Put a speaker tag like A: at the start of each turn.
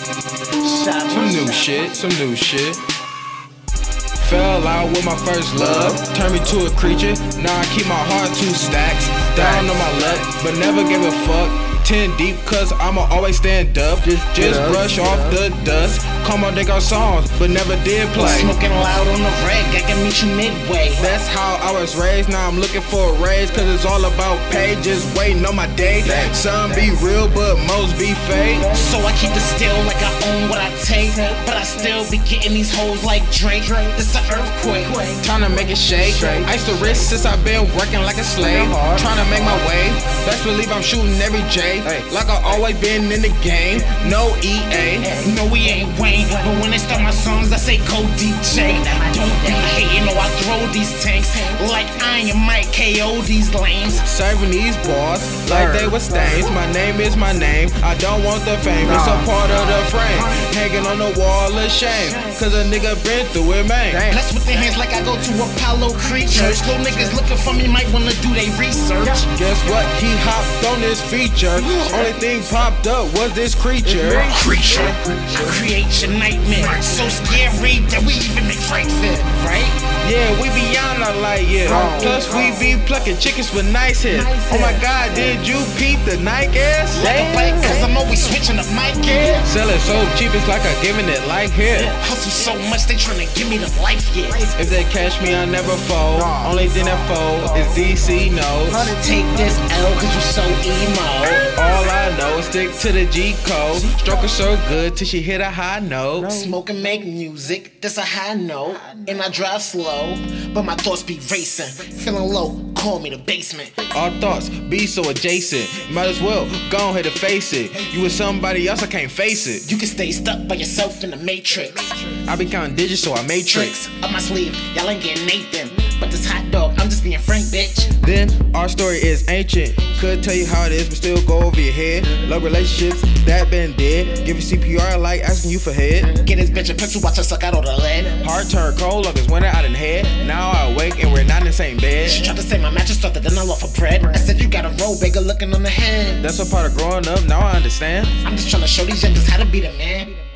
A: Some new shit, some new shit. Fell out with my first love, turned me to a creature. Now I keep my heart two stacks. Down on my luck, but never give a fuck. Ten deep, cause I'ma always stand up. Just, just brush off the dust. Come on, they got songs, but never did play.
B: Smoking loud on the reg, I can meet you midway.
A: That's how I was raised. Now I'm looking for a raise, cause it's all about pay. Just waiting on my day. Some be real, but most be fake.
B: So I keep it still like I own what I take. But I still be getting these hoes like Drake. This an earthquake.
A: Trying to make it shake. Ice the wrist since I've been working like a slave. Trying to make my way. Best believe I'm shooting every J. Like I always been in the game. No E EA.
B: No, we ain't Wayne. But when they start my songs, I say go DJ. Don't be hating, no, I throw these tanks. Like Iron Mike KO these lanes.
A: Serving these bars like they were stains. My name is my name. I don't want the fame. It's a part of the frame. Hanging on the wall of shame. Cause a nigga been through it, man.
B: Blessed with their hands like I go to Apollo creatures. Slow niggas looking for me might wanna do they research.
A: Guess what? He hopped on this feature. Only thing popped up was this creature.
B: Creature, I create your nightmare. So scary that we even make Frank fit, right?
A: Yeah, we be on our light, yeah. Plus we be plucking chickens with nice hair. Oh my god, did you peep the Nike ass?
B: Like a bike, cause I'm always switching up my gear.
A: Selling so cheap, it's like I'm giving it like here.
B: Hustle so much, they tryna give me them life years.
A: If they catch me, I never fold. Only thing that fold is DC notes.
B: Take this L, cause you so emo.
A: All I know is stick to the G code. Stroke her so good till she hit a high note.
B: Smoke and make music, that's a high note. And I drive slow, but my thoughts be racing. Feeling low, call me the basement.
A: Our thoughts be so adjacent. Might as well go ahead and face it. You with somebody else, I can't face it.
B: You can stay stuck by yourself in the matrix.
A: I be counting digits, so I matrix.
B: Tricks up my sleeve, y'all ain't getting Nathan. But this hot dog, I'm just being frank, bitch.
A: Then our story is ancient. Could tell you how it is, but still go over your head. Love relationships that been dead. Give you CPR like asking you for head.
B: Get this bitch a pencil, watch her suck out all the lead.
A: Hard turn cold like it's winter out in head. Now I awake and we're not in the same bed.
B: She tried to say my mattress started, then I love her bread. I said you got a roll bigger looking on the head.
A: That's a part of growing up. Now I understand.
B: I'm just tryna show these youngsters how to be the man.